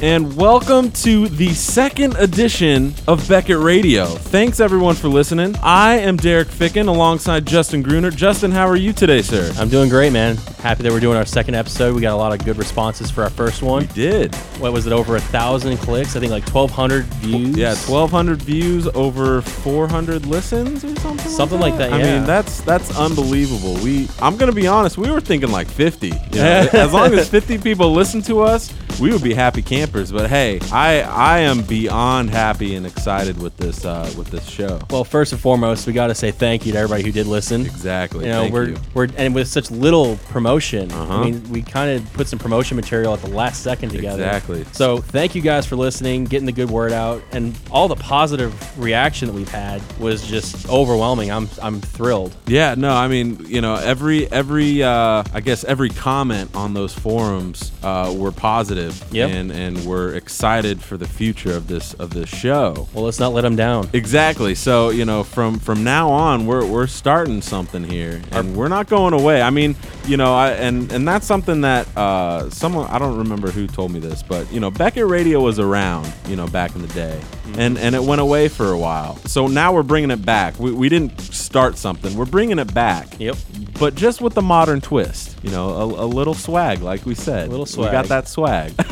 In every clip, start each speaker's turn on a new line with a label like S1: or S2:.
S1: and welcome to the second edition of Beckett Radio. Thanks everyone for listening. I am Derek Ficken alongside Justin Gruner. Justin, how are you today, sir?
S2: I'm doing great, man. Happy that we're doing our second episode. We got a lot of good responses for our first one.
S1: Did.
S2: What was it? Over a thousand clicks. I think like 1,200 views.
S1: Yeah, 1,200 views over 400 listens or something.
S2: Something like that,
S1: I
S2: yeah.
S1: mean, that's that's unbelievable. We, I'm gonna be honest, we were thinking like 50. you know? as long as 50 people listen to us, we would be happy campers. But hey, I I am beyond happy and excited with this uh, with this show.
S2: Well, first and foremost, we got to say thank you to everybody who did listen.
S1: Exactly.
S2: You know,
S1: Thank
S2: we're
S1: you.
S2: we're and with such little promotion.
S1: Uh-huh.
S2: I mean, we kind of put some promotion material at the last second together.
S1: Exactly.
S2: So thank you guys for listening, getting the good word out, and all the positive reaction that we've had was just overwhelming. I'm I'm thrilled.
S1: Yeah, no, I mean, you know, every every uh, I guess every comment on those forums uh, were positive,
S2: Yep.
S1: and and we're excited for the future of this of this show.
S2: Well, let's not let them down.
S1: Exactly. So you know, from from now on, we're we're starting something here, and we're not going away. I mean, you know, I and and that's something that uh, someone I don't remember who told me this, but you know, Beckett Radio was around, you know, back in the day, and and it went away for a while. So now we're bringing it back. We we didn't start something. We're bringing it back.
S2: Yep.
S1: But just with the modern twist, you know, a, a little swag, like we said.
S2: Little
S1: We got
S2: swag.
S1: that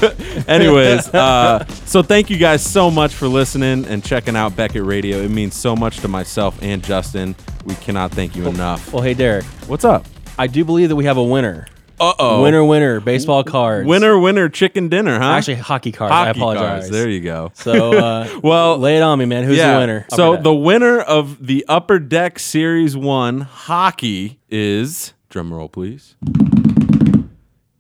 S1: swag. Anyways, uh, so thank you guys so much for listening and checking out Beckett Radio. It means so much to myself and Justin. We cannot thank you enough.
S2: Well, hey Derek,
S1: What's up?
S2: I do believe that we have a winner.
S1: Uh oh.
S2: Winner, winner, baseball cards.
S1: Winner, winner, chicken dinner, huh?
S2: Actually, hockey cards. I
S1: hockey
S2: apologize.
S1: cards. There you go.
S2: So, uh,
S1: Well,
S2: lay it on me, man. Who's
S1: yeah.
S2: the winner?
S1: So
S2: Okay.
S1: the winner of the Upper Deck Series One hockey is drum roll, please.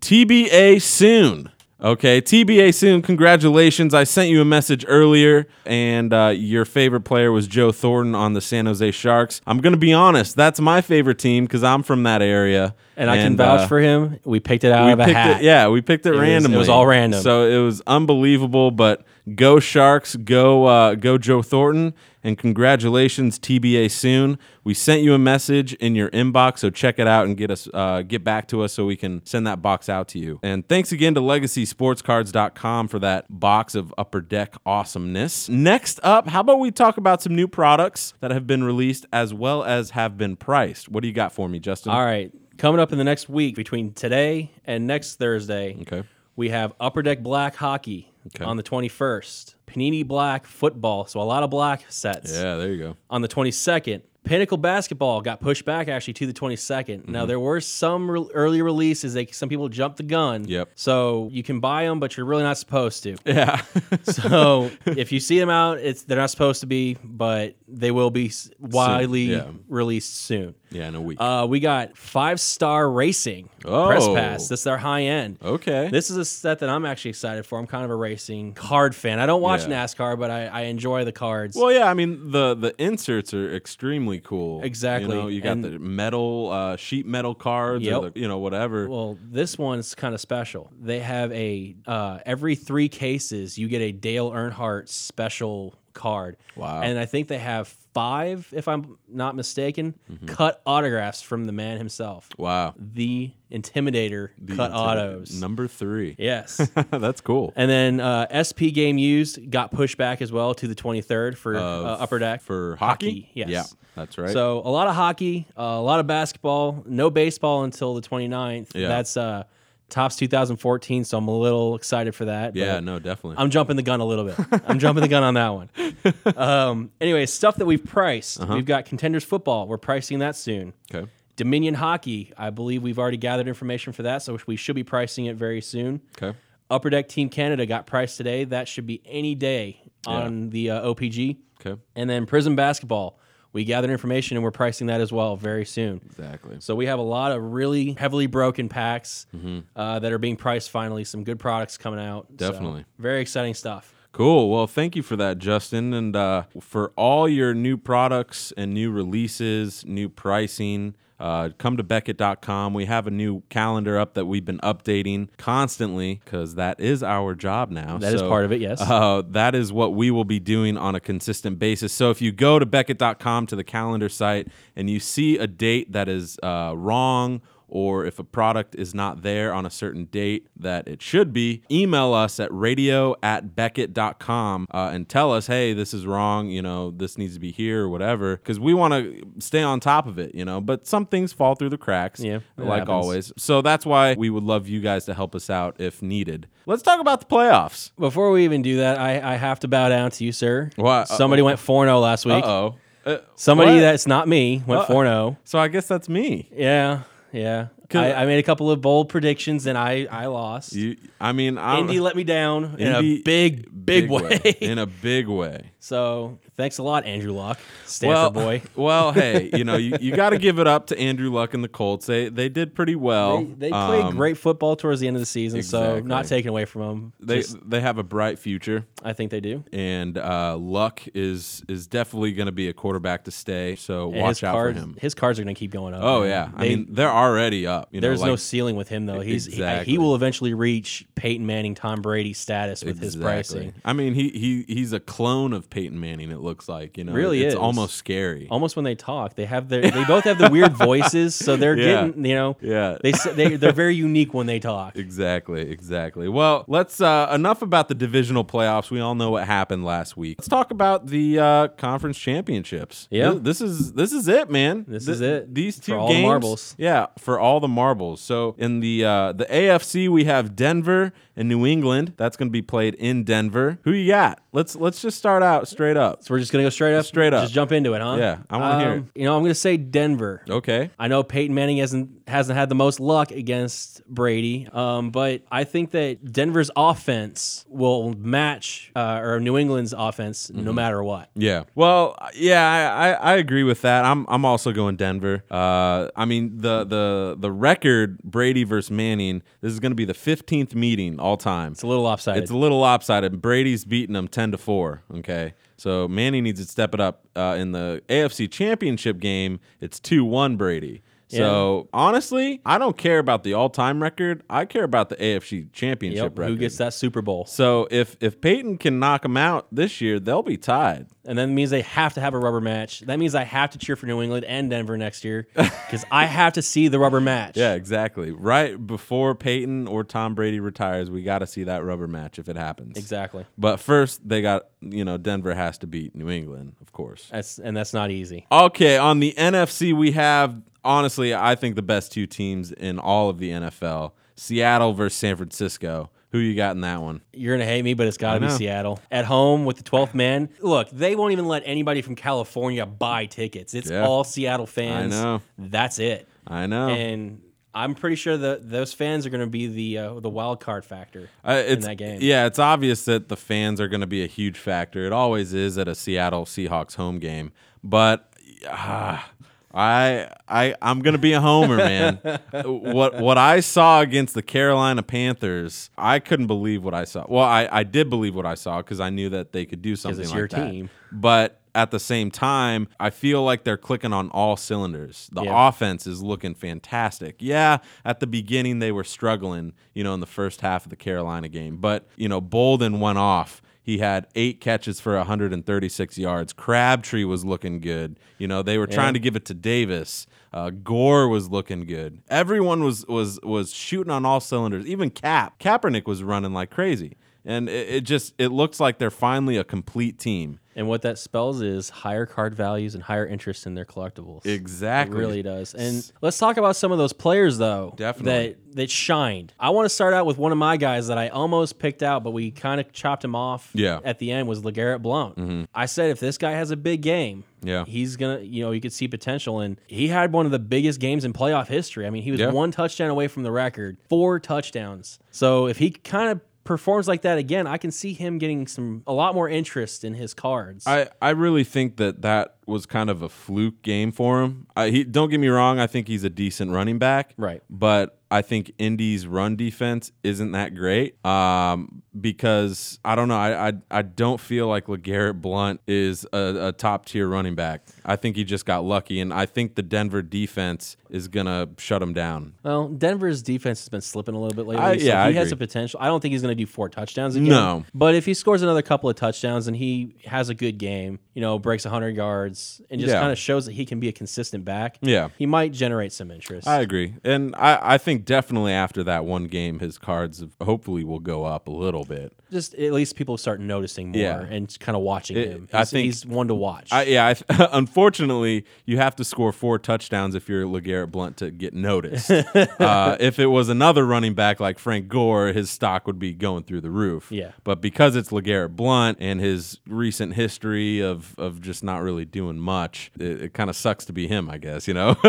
S1: TBA soon. Okay, TBA soon. Congratulations. I sent you a message earlier, and uh, your favorite player was Joe Thornton on the San Jose Sharks. I'm going to be honest, that's my favorite team because I'm from that area.
S2: and I can vouch
S1: uh,
S2: for him. We picked it out
S1: we
S2: of a
S1: picked
S2: hat.
S1: It, yeah, we picked it,
S2: was- it
S1: randomly.
S2: was all random.
S1: So it was unbelievable. But go Sharks, go uh, go Joe Thornton, and congratulations TBA soon. We sent you a message in your inbox, so check it out and get us uh, get back to us so we can send that box out to you. And thanks again to LegacySportsCards.com for that box of Upper Deck awesomeness. Next up, how about we talk about some new products that have been released as well as have been priced? What do you got for me, Justin?
S2: All right. Coming up in the next week, between today and next Thursday,
S1: Okay.
S2: we have Upper Deck Black Hockey
S1: Okay.
S2: on the 21st, Panini Black Football. So, a lot of black sets.
S1: Yeah, there you go.
S2: on the 22nd. Pinnacle Basketball got pushed back actually to the 22nd. Now
S1: Mm-hmm.
S2: there were some re- early releases. They some people jumped the gun.
S1: Yep.
S2: So you can buy them, but you're really not supposed to.
S1: Yeah.
S2: so if you see them out, it's they're not supposed to be, but they will be s- widely
S1: yeah.
S2: released soon.
S1: Yeah, in a week.
S2: Uh, we got Five Star Racing Press
S1: Oh.
S2: Pass. That's their high end.
S1: okay.
S2: This is a set that I'm actually excited for. I'm kind of a racing card fan. I don't watch
S1: Yeah.
S2: NASCAR, but I, I enjoy the cards.
S1: well, yeah, I mean the the inserts are extremely cool.
S2: Exactly.
S1: You know, you got
S2: And-
S1: the metal uh, sheet metal cards or
S2: Yep.
S1: the, you know whatever.
S2: Well, this one's kind of special. They have a uh, every three cases you get a Dale Earnhardt special card.
S1: Wow.
S2: And I think they have five, if I'm not mistaken,
S1: Mm-hmm.
S2: cut autographs from the man himself,
S1: wow.
S2: the Intimidator cut autos.
S1: Number 3.
S2: Yes.
S1: That's cool.
S2: and then uh, SP Game Used got pushed back as well to the 23rd for uh, Upper Deck
S1: for hockey?
S2: Yes.
S1: Yeah. That's right.
S2: So a lot of hockey, uh, a lot of basketball, no baseball until the 29th.
S1: Yeah.
S2: That's uh, tops 2014, so I'm a little excited for that. but
S1: yeah, no, definitely.
S2: I'm jumping the gun a little bit. I'm jumping the gun on that one. Um, anyway, stuff that we've priced.
S1: Uh-huh.
S2: We've got contenders football. We're pricing that soon.
S1: okay.
S2: Dominion hockey. I believe we've already gathered information for that, so we should be pricing it very soon.
S1: Okay.
S2: Upper Deck Team Canada got priced today. That should be any day on the uh, OPG.
S1: Okay.
S2: And then prison basketball. We gathered information and we're pricing that as well very soon.
S1: Exactly.
S2: So we have a lot of really heavily broken packs
S1: Mm-hmm.
S2: uh, that are being priced finally. Some good products coming out. So,
S1: Definitely.
S2: very exciting stuff.
S1: Cool. Well, thank you for that, Justin, and uh, for all your new products and new releases, new pricing. Uh, come to Beckett.com. We have a new calendar up that we've been updating constantly because that is our job now.
S2: That is part of it, yes.
S1: Uh, that is what we will be doing on a consistent basis. So if you go to Beckett.com to the calendar site and you see a date that is uh, wrong or if a product is not there on a certain date that it should be, email us at radio at beckett.com uh, and tell us, hey, this is wrong, you know, this needs to be here or whatever, because we want to stay on top of it, you know, but some things fall through the cracks,
S2: Yeah, it
S1: like
S2: happens.
S1: always. So that's why we would love you guys to help us out if needed. Let's talk about the playoffs.
S2: Before we even do that, I, I have to bow down to you, sir.
S1: What?
S2: Somebody went 4 0 last week.
S1: Uh-oh. Uh
S2: Somebody
S1: what?
S2: that's not me went 4 0.
S1: So I guess that's me.
S2: Yeah. Yeah. I, I made a couple of bold predictions and I, I lost.
S1: You, I mean, I'm
S2: Indy let me down in
S1: Indy-
S2: a big, big, way.
S1: in a big way.
S2: so thanks a lot, Andrew Luck, Stanford boy.
S1: well, hey, you know, you, you got to give it up to Andrew Luck and the Colts. They they did pretty well.
S2: They, they played
S1: Um,
S2: great football towards the end of the season, so
S1: Exactly.
S2: not taken away from them.
S1: They they have a bright future,
S2: I think they do.
S1: and uh, Luck is is definitely going to be a quarterback to stay. So
S2: And
S1: watch
S2: his
S1: out
S2: cards,
S1: for him.
S2: His cards are going to keep going up.
S1: Oh
S2: man.
S1: yeah, I
S2: They-
S1: mean they're already up. You
S2: there's
S1: know, like,
S2: no ceiling with him though. He's he,
S1: Exactly.
S2: he will eventually reach Peyton Manning, Tom Brady status with his pricing.
S1: I mean he he he's a clone of Peyton Manning. It looks like you know
S2: Really
S1: it's
S2: is.
S1: almost scary.
S2: Almost when they talk, they have their they both have the weird voices, so they're
S1: Yeah.
S2: getting you know
S1: Yeah.
S2: they s- they they're very unique when they talk.
S1: Exactly, exactly. Well, let's uh, enough about the divisional playoffs. We all know what happened last week. Let's talk about the uh, conference championships.
S2: Yeah.
S1: Th- this, is this is it, man.
S2: This
S1: Th-
S2: is it.
S1: These
S2: For
S1: two
S2: all the
S1: games,
S2: marbles.
S1: yeah, for all the marbles. So in the uh, the AFC, we have Denver and New England. That's going to be played in Denver. Who you got? Let's let's just start out straight up.
S2: So we're just gonna go straight up,
S1: Straight up.
S2: just jump into it, huh?
S1: Yeah, I wanna hear
S2: it. You know, I'm gonna say Denver.
S1: Okay.
S2: I know Peyton Manning hasn't hasn't had the most luck against Brady, um, but I think that Denver's offense will match uh, or New England's offense no
S1: Mm-hmm.
S2: matter what.
S1: Yeah. Well, yeah, I, I, I agree with that. I'm I'm also going Denver. Uh, I mean the the the record Brady versus Manning. This is going to be the 15th meeting all time.
S2: It's a little lopsided.
S1: It's a little lopsided. Brady's beating them 10 to four. Okay. So Manning needs to step it up uh, in the AFC Championship game. It's 2 1 Brady. So honestly, I don't care about the all time record. I care about the AFC Championship
S2: Yep,
S1: record.
S2: who gets that Super Bowl?
S1: so if if Peyton can knock them out this year, they'll be tied.
S2: And that means they have to have a rubber match. That means I have to cheer for New England and Denver next year because I have to see the rubber match.
S1: Yeah, exactly. Right before Peyton or Tom Brady retires, we got to see that rubber match if it happens.
S2: exactly.
S1: But first, they got, you know, Denver has to beat New England, of course.
S2: That's and that's not easy.
S1: Okay, on the NFC, we have, honestly, I think the best two teams in all of the NFL Seattle versus San Francisco. Who you got in that one?
S2: You're gonna hate me, but it's gotta be
S1: know.
S2: Seattle at home with the 12th man. Look, they won't even let anybody from California buy tickets. It's
S1: Yeah.
S2: all Seattle fans.
S1: know.
S2: That's it.
S1: I know.
S2: And I'm pretty sure that those fans are gonna be the uh, the wild card factor
S1: Uh, it's,
S2: in that game.
S1: Yeah, it's obvious that the fans are going to be a huge factor. It always is at a Seattle Seahawks home game, but ah, I I I'm going to be a homer, man. what what I saw against the Carolina Panthers, I couldn't believe what I saw. Well, I I did believe what I saw because I knew that they could do something
S2: it's
S1: like
S2: your
S1: that.
S2: team.
S1: But at the same time, I feel like they're clicking on all cylinders. The
S2: Yeah.
S1: offense is looking fantastic. Yeah, at the beginning they were struggling, you know, in the first half of the Carolina game, but you know, Bolden went off. He had eight catches for 136 yards. Crabtree was looking good. You know, they were trying to give it to Davis. Uh, Gore was looking good. Everyone was was was shooting on all cylinders. Even Cap Kaepernick was running like crazy. And it, it just it looks like they're finally a complete team.
S2: And what that spells is higher card values and higher interest in their collectibles.
S1: Exactly.
S2: It really does. And let's talk about some of those players though.
S1: Definitely.
S2: That that shined. I want to start out with one of my guys that I almost picked out, but we kind of chopped him off
S1: Yeah. Mm-hmm.
S2: at the end was LeGarrette Blount. I said if this guy has a big game,
S1: Yeah.
S2: he's gonna you know, you could see potential and he had one of the biggest games in playoff history. I mean, he was
S1: Yeah.
S2: one touchdown away from the record, four touchdowns. So if he kind of performs like that again, I can see him getting some a lot more interest in his cards.
S1: I, I really think that that was kind of a fluke game for him. I, he, don't get me wrong, I think he's a decent running back.
S2: Right.
S1: But I think Indy's run defense isn't that great um, because I don't know. I, I, I don't feel like LeGarrette Blunt is a, a top tier running back. I think he just got lucky, and I think the Denver defense is going to shut him down.
S2: Well, Denver's defense has been slipping a little bit lately.
S1: I-
S2: so
S1: yeah,
S2: he
S1: I
S2: has
S1: agree.
S2: the potential. I don't think he's going to do four touchdowns again.
S1: No.
S2: but if he scores another couple of touchdowns and he has a good game, you know, breaks hundred yards, offense and just
S1: Yeah.
S2: kind of shows that he can be a consistent back,
S1: Yeah.
S2: he might generate some interest.
S1: I agree. And I, I think definitely after that one game, his cards have- hopefully will go up a little bit.
S2: just at least people start noticing more
S1: Yeah.
S2: and kind of watching
S1: It-
S2: him.
S1: I
S2: He's-
S1: think-
S2: he's one to watch.
S1: I, yeah, I, th- unfortunately, you have to score four touchdowns if you're LeGarrette Blunt to get noticed. uh, if it was another running back like Frank Gore, his stock would be going through the roof.
S2: Yeah.
S1: But because it's LeGarrette Blunt and his recent history of, of just not really doing much, it, it kind of sucks to be him, I guess, you know?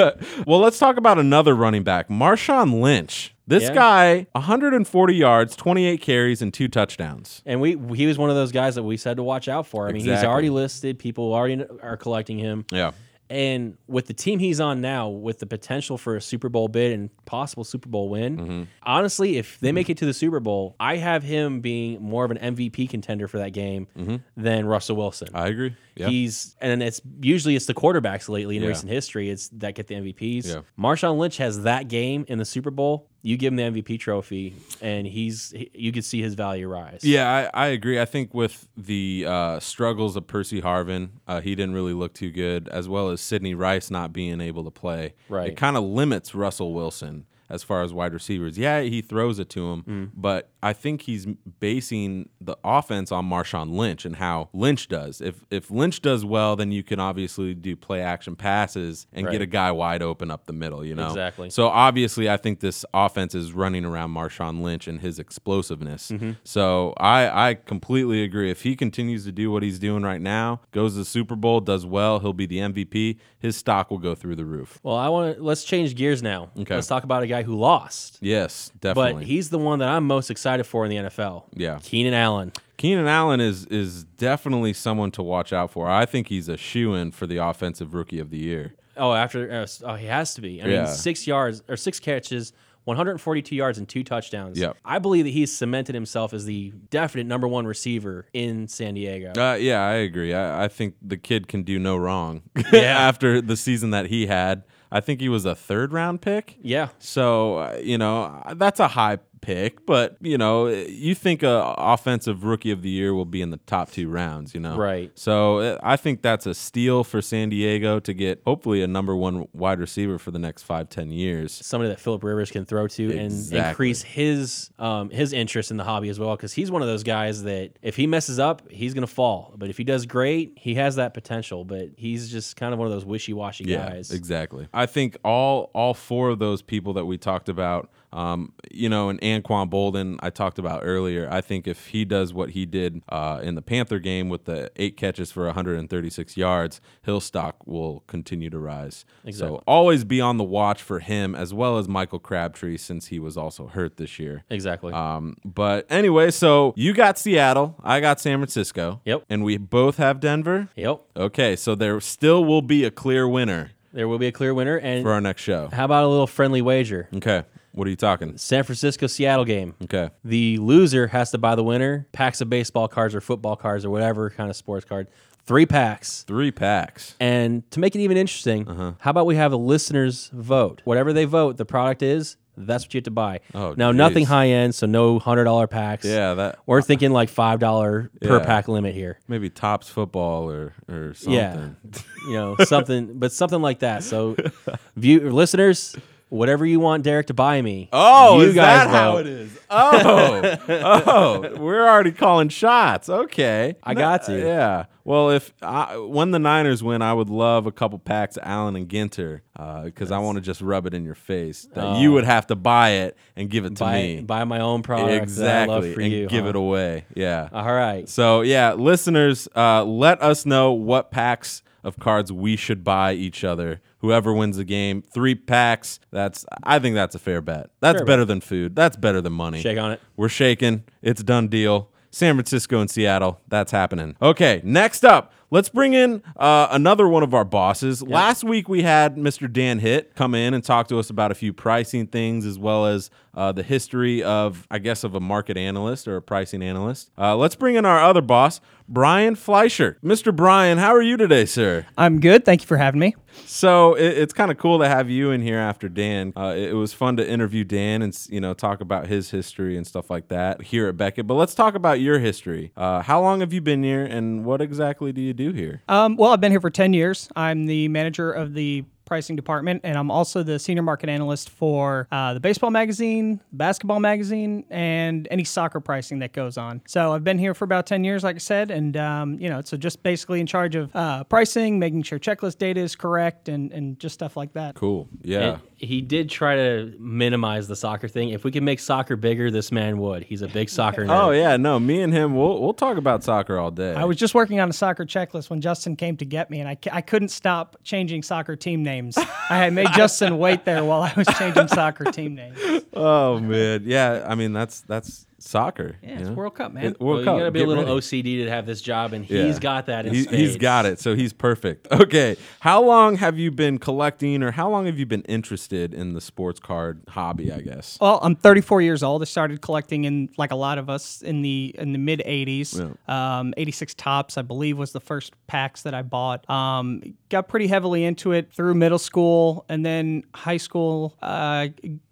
S1: well, let's talk about another running back, Marshawn Lynch. This
S2: Yeah.
S1: guy, 140 yards, 28 carries, and two touchdowns.
S2: and we he was one of those guys that we said to watch out for. I mean, he's
S1: Exactly.
S2: already listed. People already kn- are collecting him.
S1: Yeah.
S2: And with the team he's on now, with the potential for a Super Bowl bid and possible Super Bowl win,
S1: Mm-hmm.
S2: honestly, if they make it to the Super Bowl, I have him being more of an MVP contender for that game than Russell Wilson.
S1: I agree. Mm-hmm. Uh, Yeah.
S2: He's and it's usually it's the quarterbacks lately in
S1: Yeah.
S2: recent history. It's that get the MVPs.
S1: Yeah.
S2: Marshawn Lynch has that game in the Super Bowl. You give him the MVP trophy, and he's he- you could see his value rise.
S1: Yeah, I, I agree. I think with the uh, struggles of Percy Harvin, uh, he didn't really look too good, as well as Sidney Rice not being able to play.
S2: Right.
S1: It kind of limits Russell Wilson as far as wide receivers. Yeah, he throws it to him,
S2: Mm.
S1: but I think he's basing the offense on Marshawn Lynch and how Lynch does. If if Lynch does well, then you can obviously do play action passes and
S2: Right.
S1: get a guy wide open up the middle, you know.
S2: Exactly.
S1: Oh. So obviously, I think this offense is running around Marshawn Lynch and his explosiveness.
S2: Mm-hmm.
S1: So I, I completely agree. If he continues to do what he's doing right now, goes to the Super Bowl, does well, he'll be the MVP. His stock will go through the roof.
S2: Well, I want to let's change gears now.
S1: Okay.
S2: Let's talk about a guy who lost,
S1: Yes,
S2: but
S1: definitely.
S2: he's the one that I'm most excited for in the NFL.
S1: Yeah.
S2: Keenan Allen.
S1: Keenan Allen is is definitely someone to watch out for. I think he's a shoe in for the offensive rookie of the year.
S2: Oh, after uh, s- oh, he has to be. I
S1: Yeah.
S2: mean, six yards or six catches, 142 yards and two touchdowns.
S1: Yep.
S2: I believe that he's cemented himself as the definite number one receiver in San Diego.
S1: Uh, yeah, I agree. I, I think the kid can do no wrong.
S2: Yeah.
S1: After the season that he had, I think he was a third round pick.
S2: yeah,
S1: So uh, you know uh, that's a high pick, but you know you think a offensive rookie of the year will be in the top two rounds. You know,
S2: Right.
S1: So uh, I think that's a steal for San Diego to get hopefully a number one wide receiver for the next five ten years.
S2: somebody that Philip Rivers can throw to and
S1: Exactly.
S2: increase his um, his interest in the hobby as well. Because he's one of those guys that if he messes up, he's gonna fall. But if he does great, he has that potential. But he's just kind of one of those wishy washy
S1: Yeah,
S2: guys.
S1: exactly. I think all all four of those people that we talked about, um, you know, and Anquan Bolden I talked about earlier. I think if he does what he did uh, in the Panther game with the eight catches for 136 yards, Hill stock will continue to rise.
S2: Exactly.
S1: So always be on the watch for him as well as Michael Crabtree since he was also hurt this year.
S2: Exactly.
S1: Um, but anyway, so you got Seattle, I got San Francisco.
S2: Yep.
S1: And we both have Denver.
S2: yep.
S1: Okay, so there still will be a clear winner
S2: There will be a clear winner. And
S1: for our next show.
S2: how about a little friendly wager?
S1: Okay. What are you talking?
S2: San Francisco Seattle game.
S1: Okay.
S2: The loser has to buy the winner packs of baseball cards or football cards or whatever kind of sports card. Three packs.
S1: Three packs.
S2: And to make it even interesting,
S1: Uh-huh.
S2: how about we have the listeners vote? Whatever they vote, the product is, that's what you have to buy.
S1: Oh,
S2: now,
S1: geez.
S2: nothing high end, so no $100 packs.
S1: Yeah, that
S2: We're thinking like $5 per
S1: Yeah.
S2: pack limit here.
S1: maybe tops football or or something.
S2: Yeah. you know, something, but something like that. So, view listeners, whatever you want Derek to buy me.
S1: Oh,
S2: you
S1: is that how
S2: vote.
S1: it is? Oh, oh, we're already calling shots. Okay,
S2: I got you.
S1: Yeah. Well, if I, when the Niners win, I would love a couple packs of Allen and Ginter because I want to just rub it in your face that you would have to buy it and give it to
S2: Oh. Buy,
S1: me
S2: buy my own product that I love
S1: exactly
S2: for
S1: and
S2: you.
S1: give
S2: huh?
S1: it away. Yeah.
S2: All right.
S1: So yeah, listeners, uh, let us know what packs of cards we should buy each other. Whoever wins the game, three packs. That's I think that's a fair bet. That's
S2: Fair bet.
S1: better than food. That's better than money.
S2: Shake on it.
S1: We're shaking. It's a done deal. San Francisco and Seattle. That's happening. Okay, next up, let's bring in uh, another one of our bosses. Last week we had Mr. Dan Hitt come in and talk to us about a few pricing things as well as uh, the history of, I guess, of a market analyst or a pricing analyst. Uh, let's bring in our other boss, Brian Fleischer. Mr. Brian, how are you today, sir?
S3: I'm good. Thank you for having me.
S1: So it, it's kind of cool to have you in here after Dan. Uh, it, it was fun to interview Dan and s- you know talk about his history and stuff like that here at Beckett. But let's talk about your history. Uh, how long have you been here, and what exactly do you do here?
S3: Um, well, I've been here for 10 years. I'm the manager of the pricing department, and I'm also the senior market analyst for uh, the baseball magazine, basketball magazine, and any soccer pricing that goes on. So I've been here for about 10 years, like I said, and um, you know, so just basically in charge of uh, pricing, making sure checklist data is correct, and and just stuff like that.
S1: Cool. Yeah.
S2: And he did try to minimize the soccer thing. If we could make soccer bigger, this man would. He's a big soccer nerd.
S1: Oh yeah, no. Me and him, we'll we'll talk about soccer all day.
S3: I was just working on a soccer checklist when Justin came to get me, and I, ca- I couldn't stop changing soccer team names. I had made Justin wait there while I was changing soccer team names. Yeah,
S1: oh man, yeah. I mean, that's that's soccer. Yeah,
S3: it's World Cup, man.
S1: It, World
S2: Well, you
S1: Cup.
S2: gotta be
S1: Get
S2: a little
S1: ready.
S2: OCD to have this job, and
S1: Yeah.
S2: he's got that. In
S1: He-
S2: spades.
S1: he's got it, so he's perfect. Okay, how long have you been collecting, or how long have you been interested in the sports card hobby? I guess.
S3: Well, I'm 34 years old. I started collecting in like a lot of us in the in the mid 80s. Um, 86 tops, I believe, was the first packs that I bought. Um, got pretty heavily into it through middle school and then high school. Uh,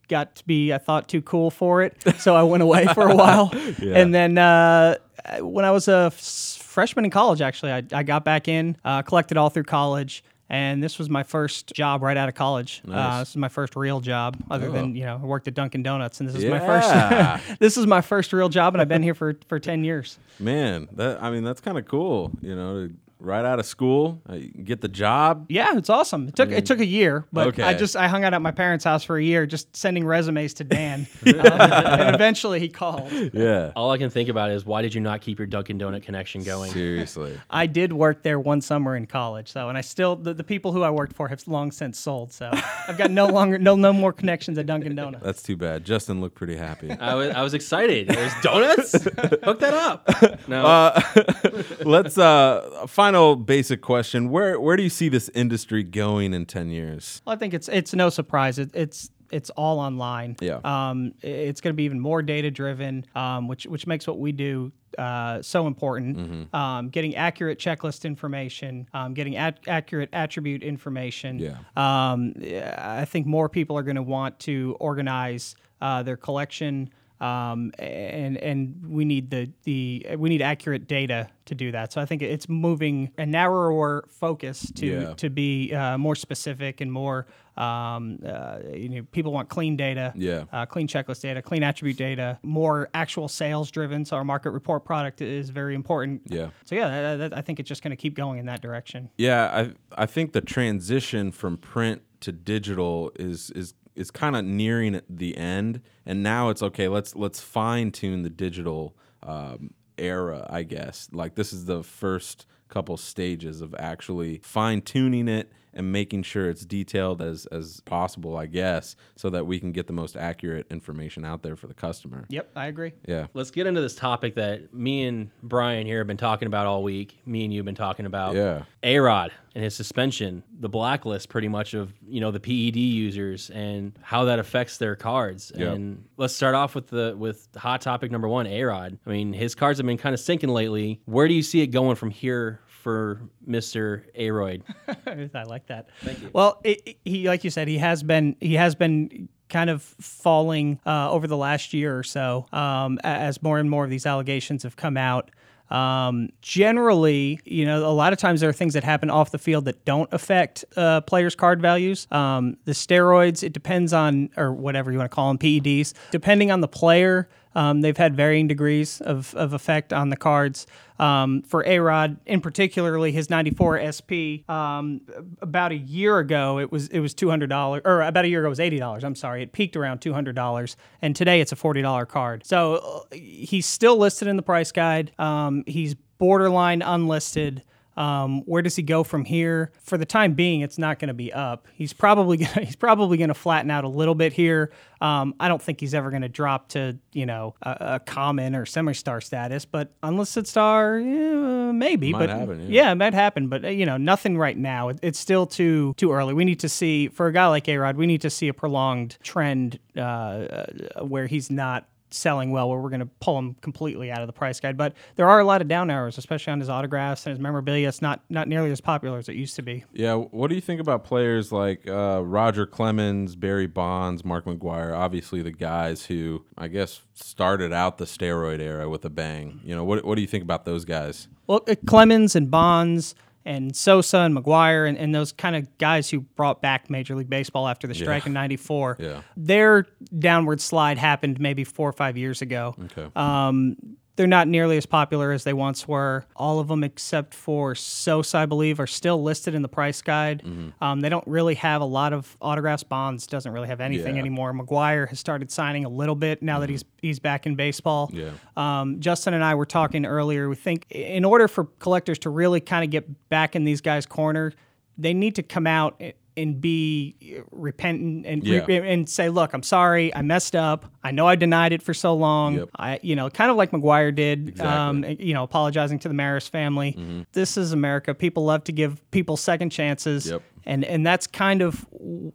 S3: got to be I thought too cool for it, so I went away for a while. And then uh, when I was a f- freshman in college, actually, I, I got back in, uh, collected all through college. And this was my first job right out of college. Uh, this is my first real job, other than you know, I worked at Dunkin' Donuts, and this is
S1: Oh. Yeah.
S3: my first. this is my first real job, and I've been here for for ten years.
S1: Man, that I mean, that's kind of cool. You know, to- right out of school, uh, you get the job.
S3: Yeah, it's awesome. It took it took a year, but I
S1: Mm. Okay.
S3: just I hung out at my parents' house for a year, just sending resumes to Dan, Um, and eventually he called.
S1: Yeah,
S2: All I can think about is why did you not keep your Dunkin' Donut connection going?
S1: seriously.
S3: I did work there one summer in college, so and I still the, the people who I worked for have long since sold, so I've got no longer no no more connections at Dunkin' Donuts.
S1: That's too bad. Justin looked pretty happy.
S2: I was, I was excited. There's donuts. Hook that up. No,
S1: Oh, Let's uh a final basic question. Where where do you see this industry going in 10 years?
S3: Well, I think it's it's no surprise. It, it's it's all online.
S1: Yeah.
S3: Um, i- it's going to be even more data driven, um, which which makes what we do uh, so important.
S1: Mm-hmm.
S3: Um, getting accurate checklist information, um, getting ac accurate attribute information.
S1: Yeah.
S3: Um, I think more people are going to want to organize uh, their collection. Um, and and we need the the we need accurate data to do that. So I think it's moving a narrower focus to
S1: Yeah.
S3: to be uh, more specific and more um, uh, you know people want clean data
S1: Yeah.
S3: uh, clean checklist data clean attribute data more actual sales driven so our market report product is very important
S1: Yeah.
S3: so yeah that, that, i think it's just going to keep going in that direction
S1: Yeah, I I think the transition from print to digital is is is kind of nearing the end, and now it's okay. Let's let's fine tune the digital um, era, I guess. Like this is the first couple stages of actually fine tuning it and making sure it's detailed as as possible, I guess, so that we can get the most accurate information out there for the customer.
S3: yep i agree
S1: Yeah.
S2: let's get into this topic that me and Brian here have been talking about all week. Me and you've been talking about.
S1: Yeah.
S2: A Rod and his suspension, the blacklist pretty much of you know the PED users and how that affects their cards.
S1: Yeah.
S2: And let's start off with the with hot topic number one, A Rod. I mean, his cards have been kind of sinking lately. Where do you see it going from here for Mister Aroyd?
S3: I like that. Thank you. Well, it, it- he, like you said, he has been he has been kind of falling uh, over the last year or so um, a- as more and more of these allegations have come out. Um, generally, you know, a lot of times there are things that happen off the field that don't affect uh, players' card values. Um, the steroids, it depends on, or whatever you want to call them, PEDs, depending on the player. Um, they've had varying degrees of, of effect on the cards. Um, for A Rod, in particularly his 94 SP, um, about a year ago it was it was $200, or about a year ago it was $80. I'm sorry, it peaked around $200, and today it's a $40 card. So uh, he's still listed in the price guide. Um, he's borderline unlisted. Um, where does he go from here? For the time being, it's not going to be up. He's probably gonna, he's probably going to flatten out a little bit here. Um, I don't think he's ever going to drop to you know a, a common or semi-star status, but unlisted star, eh, maybe. but
S1: happen, yeah.
S3: yeah, it might happen, but uh, you know, nothing right now. It, it's still too too early. We need to see for a guy like Arod, we need to see a prolonged trend uh, uh, where he's not selling well where we're going to pull him completely out of the price guide. But there are a lot of down arrows, especially on his autographs and his memorabilia. It's not not nearly as popular as it used to be.
S1: Yeah, what do you think about players like uh, Roger Clemens, Barry Bonds, Mark McGuire? Obviously, the guys who I guess started out the steroid era with a bang. You know, what what do you think about those guys?
S3: Well, uh, Clemens and Bonds and Sosa and McGuire and, and those kind of guys who brought back Major League Baseball after the strike in '94.
S1: Yeah.
S3: Their downward slide happened maybe four or five years ago.
S1: Okay.
S3: Um, they're not nearly as popular as they once were. All of them except for Sosa, I believe, are still listed in the price guide.
S1: Mm-hmm.
S3: Um, they don't really have a lot of autographs. Bonds doesn't really have anything
S1: Yeah. Mm-hmm.
S3: anymore. McGuire has started signing a little bit now that he's he's back in baseball.
S1: Yeah.
S3: Um, Justin and I were talking earlier. We think in order for collectors to really kind of get back in these guys' corner, they need to come out and be repentant and re-
S1: Yeah.
S3: and say, "Look, I'm sorry, I messed up. I know I denied it for so long.
S1: Yep.
S3: I, you know, kind of like McGuire did. Um, you know, apologizing to the Maris family.
S1: Mm-hmm.
S3: This is America. People love to give people second chances.
S1: Yep.
S3: And, and that's kind of,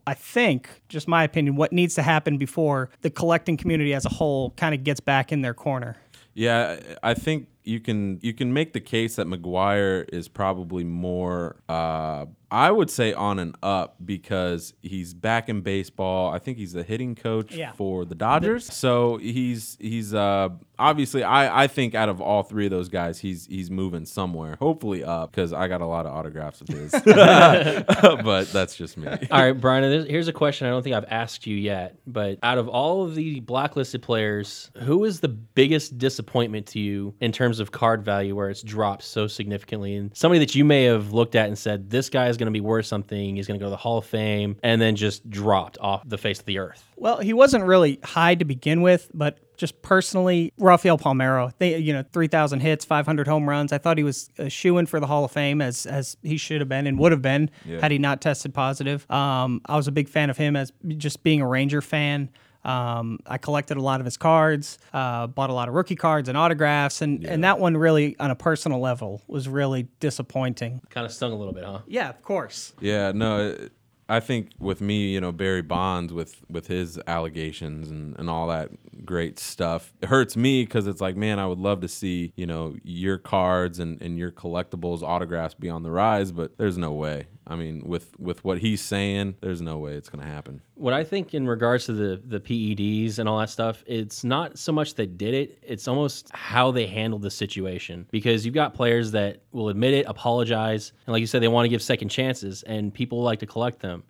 S3: I think, just my opinion, what needs to happen before the collecting community as a whole kind of gets back in their corner.
S1: Yeah, I I think you can you can make the case that McGuire is probably more uh, I would say on and up because he's back in baseball. I think he's the hitting coach
S3: Yeah.
S1: for the Dodgers. So he's he's uh, obviously I, I think out of all three of those guys he's he's moving somewhere. Hopefully up because I got a lot of autographs of his. but that's just me.
S4: All right, Brian, and this- here's a question I don't think I've asked you yet, but out of all of the blacklisted players, who is the biggest disappointment to you in terms of card value where it's dropped so significantly? And somebody that you may have looked at and said, this guy is going to be worth something, he's going to go to the Hall of Fame, and then just dropped off the face of the earth.
S3: Well, he wasn't really high to begin with, but just personally, Rafael Palmero, they you know, 3,000 hits, 500 home runs. I thought he was a shoe in for the Hall of Fame as as he should have been and would have been had he not tested positive. Um, I was a big fan of him as just being a Ranger fan. Um, I collected a lot of his cards, uh, bought a lot of rookie cards and autographs, and, and that one really, on a personal level, was really disappointing.
S4: Kind of stung a little bit, huh?
S3: Yeah, of course.
S1: Yeah, no, it- I think with me, you know, Barry Bonds with with his allegations and and all that great stuff, it hurts me because it's like, man, I would love to see you know your cards and and your collectibles autographs be on the rise, but there's no way. I mean, with with what he's saying, there's no way it's gonna happen.
S4: What I think in regards to the the PEDs and all that stuff, it's not so much that did it; it's almost how they handled the situation. Because you've got players that will admit it, apologize, and like you said, they want to give second chances, and people like to collect them.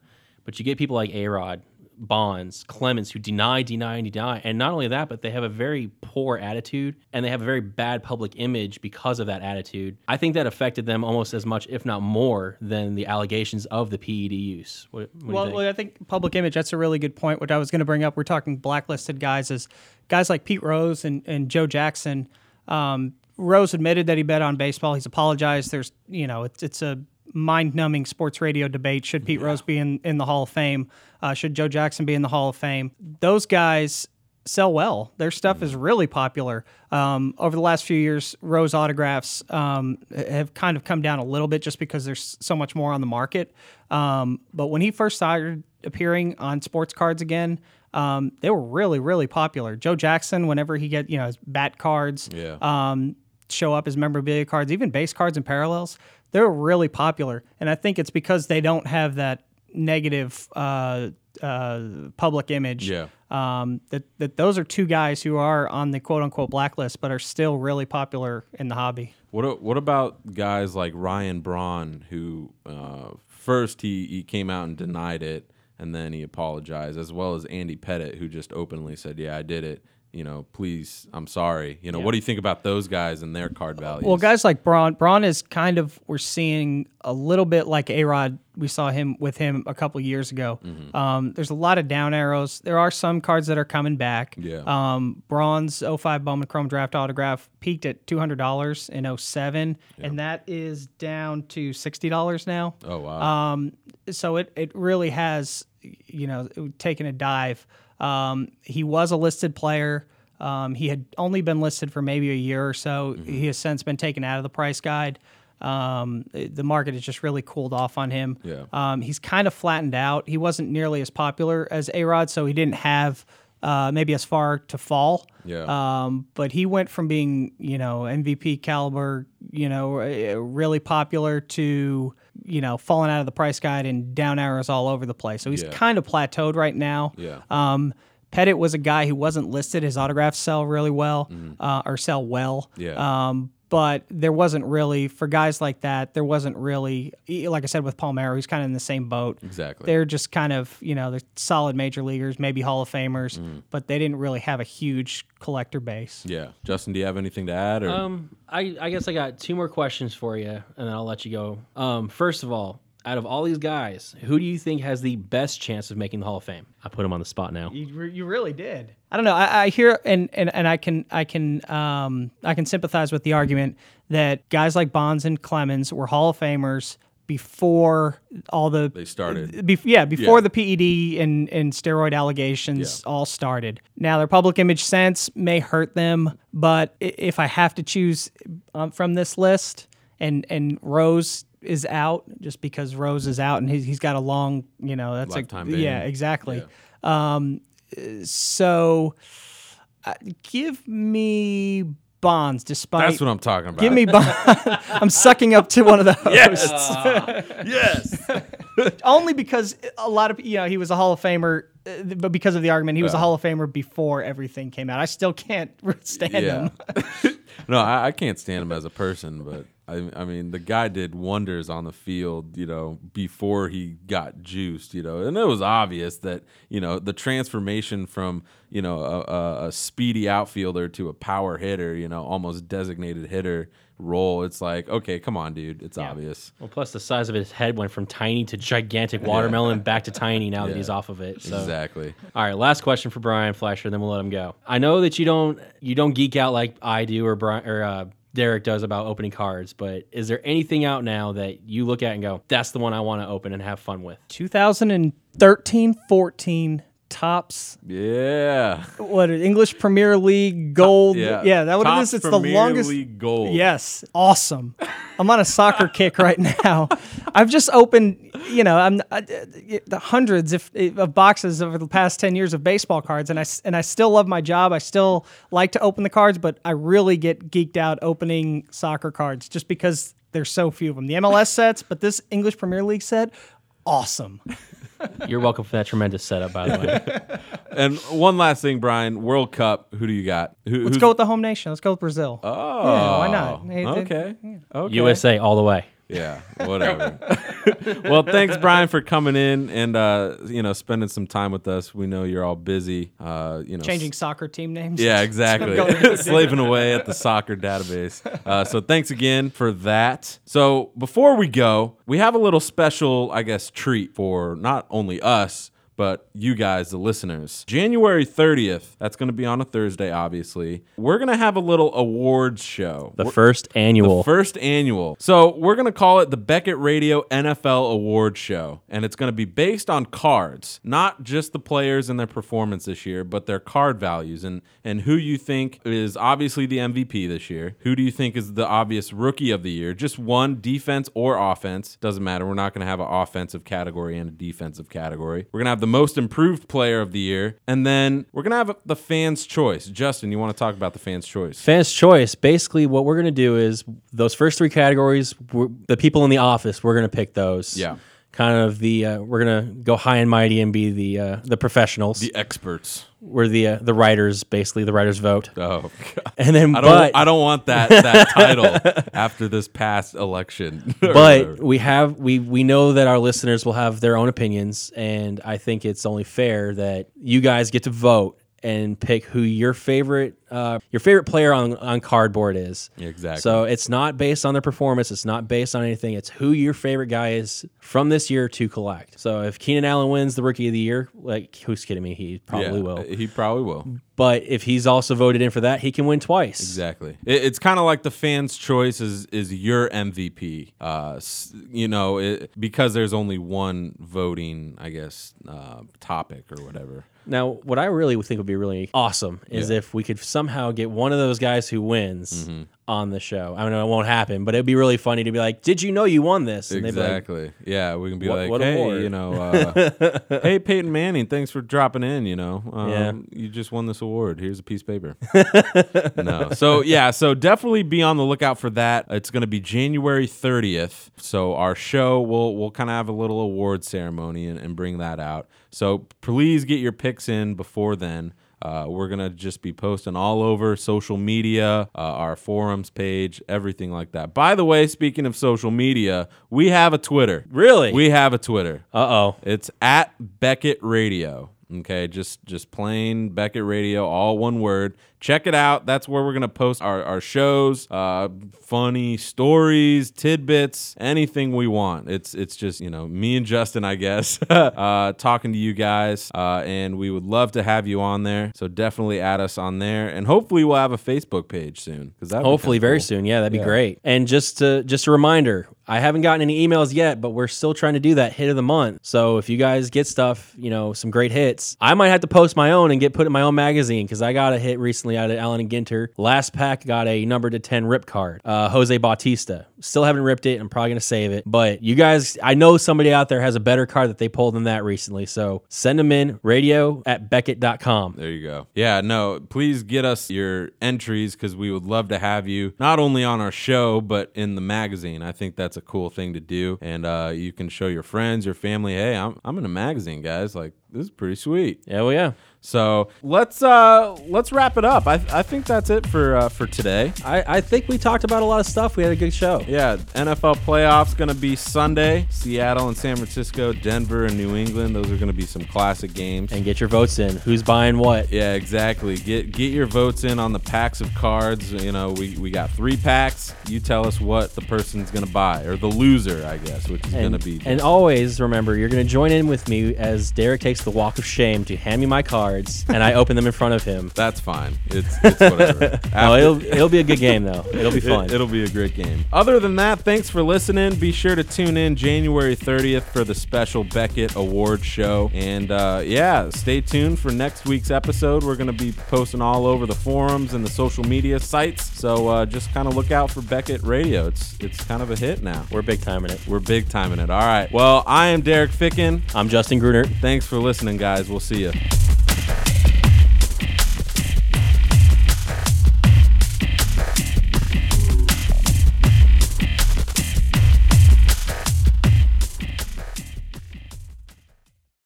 S4: But you get people like A Rod, Bonds, Clemens, who deny, deny, deny, and not only that, but they have a very poor attitude and they have a very bad public image because of that attitude. I think that affected them almost as much, if not more, than the allegations of the PED use. What, what do you
S3: Well,
S4: think?
S3: well, I think public image, that's a really good point, which I was going to bring up. We're talking blacklisted guys as guys like Pete Rose and, and Joe Jackson. Um, Rose admitted that he bet on baseball. He's apologized. There's, you know, it's, it's a mind numbing sports radio debate. Should Pete Rose be in, in the Hall of Fame? Uh, should Joe Jackson be in the Hall of Fame? Those guys sell well. Their stuff is really popular. Um, over the last few years, Rose autographs um, have kind of come down a little bit just because there's so much more on the market. Um, but when he first started appearing on sports cards again, um, they were really, really popular. Joe Jackson, whenever he get you know his bat cards,
S1: Yeah.
S3: um, show up as memorabilia cards, even base cards and parallels, they're really popular. And I think it's because they don't have that negative uh, uh, public image
S1: Yeah.
S3: um, that that those are two guys who are on the quote unquote blacklist, but are still really popular in the hobby.
S1: What a- what about guys like Ryan Braun, who uh, first he he came out and denied it, and then he apologized, as well as Andy Pettit, who just openly said, "Yeah, I did it." You know, please, I'm sorry. You know, what do you think about those guys and their card values?
S3: Well, guys like Braun, Braun is kind of we're seeing a little bit like A Rod. We saw him with him a couple years ago.
S1: Mm-hmm.
S3: Um, there's a lot of down arrows. There are some cards that are coming back.
S1: Yeah.
S3: Um, Braun's 05 Bowman Chrome Draft autograph peaked at $200 in 07, and that is down to $60 now.
S1: oh wow,
S3: Um, so it, it really has, you know, taken a dive. Um, he was a listed player. Um, he had only been listed for maybe a year or so.
S1: Mm-hmm.
S3: He has since been taken out of the price guide. Um, it- the market has just really cooled off on him.
S1: Yeah.
S3: Um, he's kind of flattened out. He wasn't nearly as popular as A Rod, so he didn't have uh, maybe as far to fall.
S1: Yeah.
S3: Um, but he went from being, you know, MVP caliber, you know, eh, really popular to, you know, falling out of the price guide and down arrows all over the place. So he's
S1: Yeah.
S3: kind of plateaued right now.
S1: Yeah.
S3: Um, Pettit was a guy who wasn't listed. His autographs sell really well, uh, or sell well.
S1: Mm-hmm. Yeah.
S3: Um, but there wasn't really for guys like that. There wasn't really, e- like I said, with Palmero, he's kind of in the same boat.
S1: Exactly.
S3: They're just kind of, you know, they're solid major leaguers, maybe Hall of Famers,
S1: Mm.
S3: but they didn't really have a huge collector base.
S1: yeah. Justin, do you have anything to add? Or
S2: Um, I, I guess I got two more questions for you, and then I'll let you go. Um, first of all, out of all these guys, who do you think has the best chance of making the Hall of Fame? I put him on the spot now.
S3: You, re- you really did. I don't know. I, I hear and, and, and I can I can um, I can sympathize with the argument that guys like Bonds and Clemens were Hall of Famers before all the
S1: they started.
S3: Bef- yeah, before
S1: Yeah.
S3: the PED and, and steroid allegations all started. Now, their public image sense may hurt them, but i- if I have to choose um, from this list, and and Rose is out just because Rose is out and he's, he's got a long, you know, that's
S1: Lifetime
S3: like,
S1: ban.
S3: yeah, exactly. Um, uh, so uh, give me Bonds, despite.
S1: That's what I'm talking about.
S3: Give me Bonds. I'm sucking up to one of the hosts
S1: yes.
S3: only because a lot of you know he was a Hall of Famer, uh, but because of the argument, he was a Hall of Famer before everything came out. I still can't stand
S1: yeah.
S3: him.
S1: no, I, I can't stand him as a person, but I, I mean, the guy did wonders on the field, you know, before he got juiced, you know, and it was obvious that, you know, the transformation from, you know, a, a, a speedy outfielder to a power hitter, you know, almost designated hitter role, it's like, okay, come on, dude. It's obvious.
S2: Well, plus the size of his head went from tiny to gigantic watermelon back to tiny now that he's off of it. So.
S3: Uh,
S1: Exactly.
S2: All right, last question for Brian Fleischer, then we'll let him go. I know that you don't you don't geek out like I do or Brian or uh, Derek does about opening cards, but is there anything out now that you look at and go, "That's the one I want to open and have fun with"?
S3: 2013, 14 tops.
S1: Yeah.
S3: What English Premier League gold?
S1: Yeah.
S3: Yeah, that what it
S1: Top
S3: is. It's
S1: Premier
S3: the longest.
S1: League gold.
S3: Yes, awesome. I'm on a soccer kick right now. I've just opened, you know, I'm I, the hundreds if, of boxes over the past ten years of baseball cards, and I s- and I still love my job. I still like to open the cards, but I really get geeked out opening soccer cards just because there's so few of them. The MLS sets, but this English Premier League set, awesome.
S2: You're welcome for that tremendous setup, by the way.
S1: And one last thing, Brian. World Cup. Who do you got? Who,
S3: Let's
S1: who's-
S3: go with the home nation. Let's go with Brazil.
S1: Oh,
S3: why not? Hey, they-
S1: Okay. Okay.
S2: USA all the way.
S1: Yeah, whatever. well, thanks, Brian, for coming in and uh, you know spending some time with us. We know you're all busy. Uh, you know,
S3: Changing soccer team names.
S1: Yeah, exactly.
S3: Go ahead.
S1: Slaving away at the soccer database. Uh, so thanks again for that. So before we go, we have a little special, I guess, treat for not only us. But you guys, the listeners, January 30th, that's going to be on a Thursday, obviously. We're going to have a little awards show.
S2: The first annual.
S1: First annual. So we're gonna call it the Beckett Radio NFL Award Show, and it's gonna be based on cards, not just the players and their performance this year, but their card values and and who you think is obviously the MVP this year. Who do you think is the obvious rookie of the year? Just one defense or offense doesn't matter. We're not gonna have an offensive category and a defensive category. We're gonna have the most improved player of the year, and then we're gonna have the fans' choice. Justin, you want to talk about the fans' choice?
S2: Fans' choice. Basically, what we're going to do is those first three categories, we're, the people in the office, we're going to pick those.
S1: Yeah.
S2: Kind of the uh, we're going to go high and mighty and be the uh, the professionals.
S1: The experts.
S2: we're the uh, the writers, basically the writers vote,
S1: Oh God.
S2: and then
S1: I don't.
S2: but
S1: I don't want that that title after this past election. Or
S2: but
S1: whatever.
S2: we have we we know that our listeners will have their own opinions, and I think it's only fair that you guys get to vote and pick who your favorite uh, your favorite player on on cardboard is.
S1: Exactly.
S2: So it's not based on their performance. It's not based on anything. It's who your favorite guy is from this year to collect. So if Keenan Allen wins the Rookie of the Year, like who's kidding me? He
S1: Yeah,
S2: probably will.
S1: He probably will.
S2: But if he's also voted in for that, he can win twice.
S1: Exactly. It, it's kind of like the fans' choice is is your MVP. Uh, s- you know, it, because there's only one voting, I guess, uh, topic or whatever.
S2: Now, what I really would think would be really awesome is if we could somehow get one of those guys who wins on the show. I know it won't happen, but it'd be really funny to be like, "Did you know you won this?" And they'd be like,
S1: Exactly. yeah, we can be
S2: What-
S1: like,
S2: what
S1: hey,
S2: award?"
S1: you know, uh, hey Peyton Manning, thanks for dropping in. You know, um,
S2: Yeah.
S1: you just won this award. Here's a piece of paper. no, so yeah, so definitely be on the lookout for that. It's going to be January 30th. So our show will we'll kind of have a little award ceremony and, and bring that out. So please get your picks in before then. Uh, we're gonna just be posting all over social media, uh, our forums page, everything like that. By the way, speaking of social media, we have a Twitter.
S2: Really?
S1: We have a Twitter.
S2: "Uh oh,
S1: It's at Beckett Radio. Okay, just just plain Beckett Radio, all one word. Check it out. That's where we're gonna post our, our shows, uh, funny stories, tidbits, anything we want. It's it's just you know me and Justin, I guess, uh, talking to you guys, uh, and we would love to have you on there. So definitely add us on there, and hopefully we'll have a Facebook page soon. Because
S2: hopefully very soon." Yeah, that'd be great. And just to just a reminder, I haven't gotten any emails yet, but we're still trying to do that hit of the month. So if you guys get stuff, you know, some great hits, I might have to post my own and get put in my own magazine because I got a hit recently out of Alan and Ginter. Last pack got a number to ten rip card. Uh, Jose Bautista. Still haven't ripped it. I'm probably gonna save it. But you guys, I know somebody out there has a better card that they pulled than that recently. So send them in. Radio at Beckett.com.
S1: There you go. Yeah, no, please get us your entries because we would love to have you not only on our show, but in the magazine. I think that's a cool thing to do. And uh, you can show your friends, your family, hey, I'm, I'm in a magazine, guys. Like, this is pretty sweet.
S2: Yeah, well, yeah.
S1: So let's uh, let's wrap it up. I, I think that's it for uh, for today.
S2: I, I think we talked about a lot of stuff. We had a good show.
S1: Yeah, NFL playoffs gonna be Sunday. Seattle and San Francisco, Denver and New England. Those are gonna be some classic games.
S2: And get your votes in. Who's buying what?
S1: Yeah, exactly. Get get your votes in on the packs of cards. You know, we, we got three packs. You tell us what the person's gonna buy, or the loser, I guess, which is
S2: And,
S1: gonna be.
S2: and always remember, you're going to join in with me as Derek takes the walk of shame to hand me my cards, and I open them in front of him.
S1: that's fine. It's, it's whatever.
S2: Oh,
S1: After-
S2: it'll, it'll be a good game though. It'll be fun.
S1: It, will be a great game. Other than that, thanks for listening. Be sure to tune in January 30th for the special Beckett Award Show. And uh, yeah, stay tuned for next week's episode. We're going to be posting all over the forums and the social media sites. So uh, just kind of look out for Beckett Radio. It's it's kind of a hit now. We're
S2: We're big time in it.
S1: we're big timing it. All right. Well, I am Derek Ficken.
S2: I'm Justin Gruner.
S1: Thanks for listening, guys. We'll see you.